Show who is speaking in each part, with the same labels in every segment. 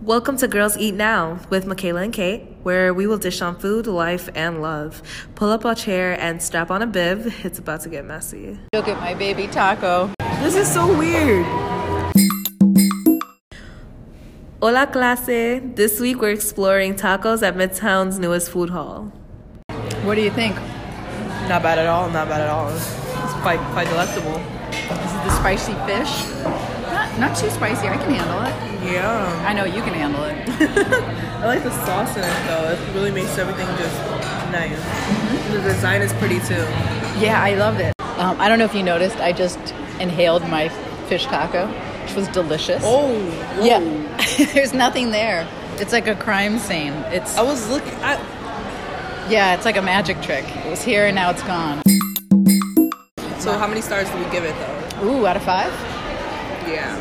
Speaker 1: Welcome to Girls Eat Now with Michaela and Kate, where we will dish on food, life, and love. Pull up a chair and strap on a bib. It's about to get messy.
Speaker 2: Look at my baby taco.
Speaker 1: This is so weird. Hola, clase. This week we're exploring tacos at Midtown's newest food hall.
Speaker 2: What do you think?
Speaker 3: Not bad at all. Not bad at all. It's quite quite delectable.
Speaker 2: This is the spicy fish. Not, not too spicy. I can handle it.
Speaker 3: Yeah.
Speaker 2: I know you can handle it.
Speaker 3: I like the sauce in it though. It really makes everything just nice.
Speaker 1: Mm-hmm.
Speaker 3: And The design is pretty too.
Speaker 2: Yeah, I loved it. Um, I don't know if you noticed, I just inhaled my fish taco, which was delicious.
Speaker 3: Oh.
Speaker 2: yeah. There's nothing there. It's like a crime scene. It's
Speaker 1: Oh.
Speaker 3: I was looking. I,
Speaker 2: yeah, it's like a magic trick. It was here and now it's gone.
Speaker 3: so how many stars do we give it though?
Speaker 2: Ooh, out of five?
Speaker 3: Yeah.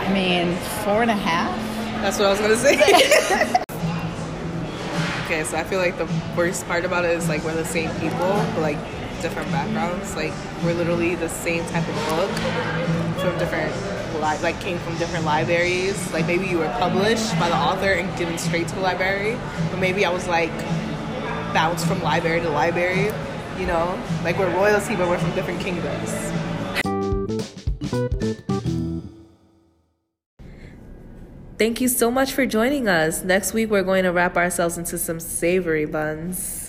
Speaker 2: I mean, four and a half.
Speaker 3: That's what I was gonna say. okay, so I feel like the worst part about it is like we're the same people, but like different backgrounds. Like we're literally the same type of book from different. Li- like came from different libraries. Like maybe you were published by the author and given straight to the library, but maybe I was like bounced from library to library. You know, like we're royalty, but we're from different kingdoms.
Speaker 1: Thank you so much for joining us. Next week we're going to wrap ourselves into some savory buns.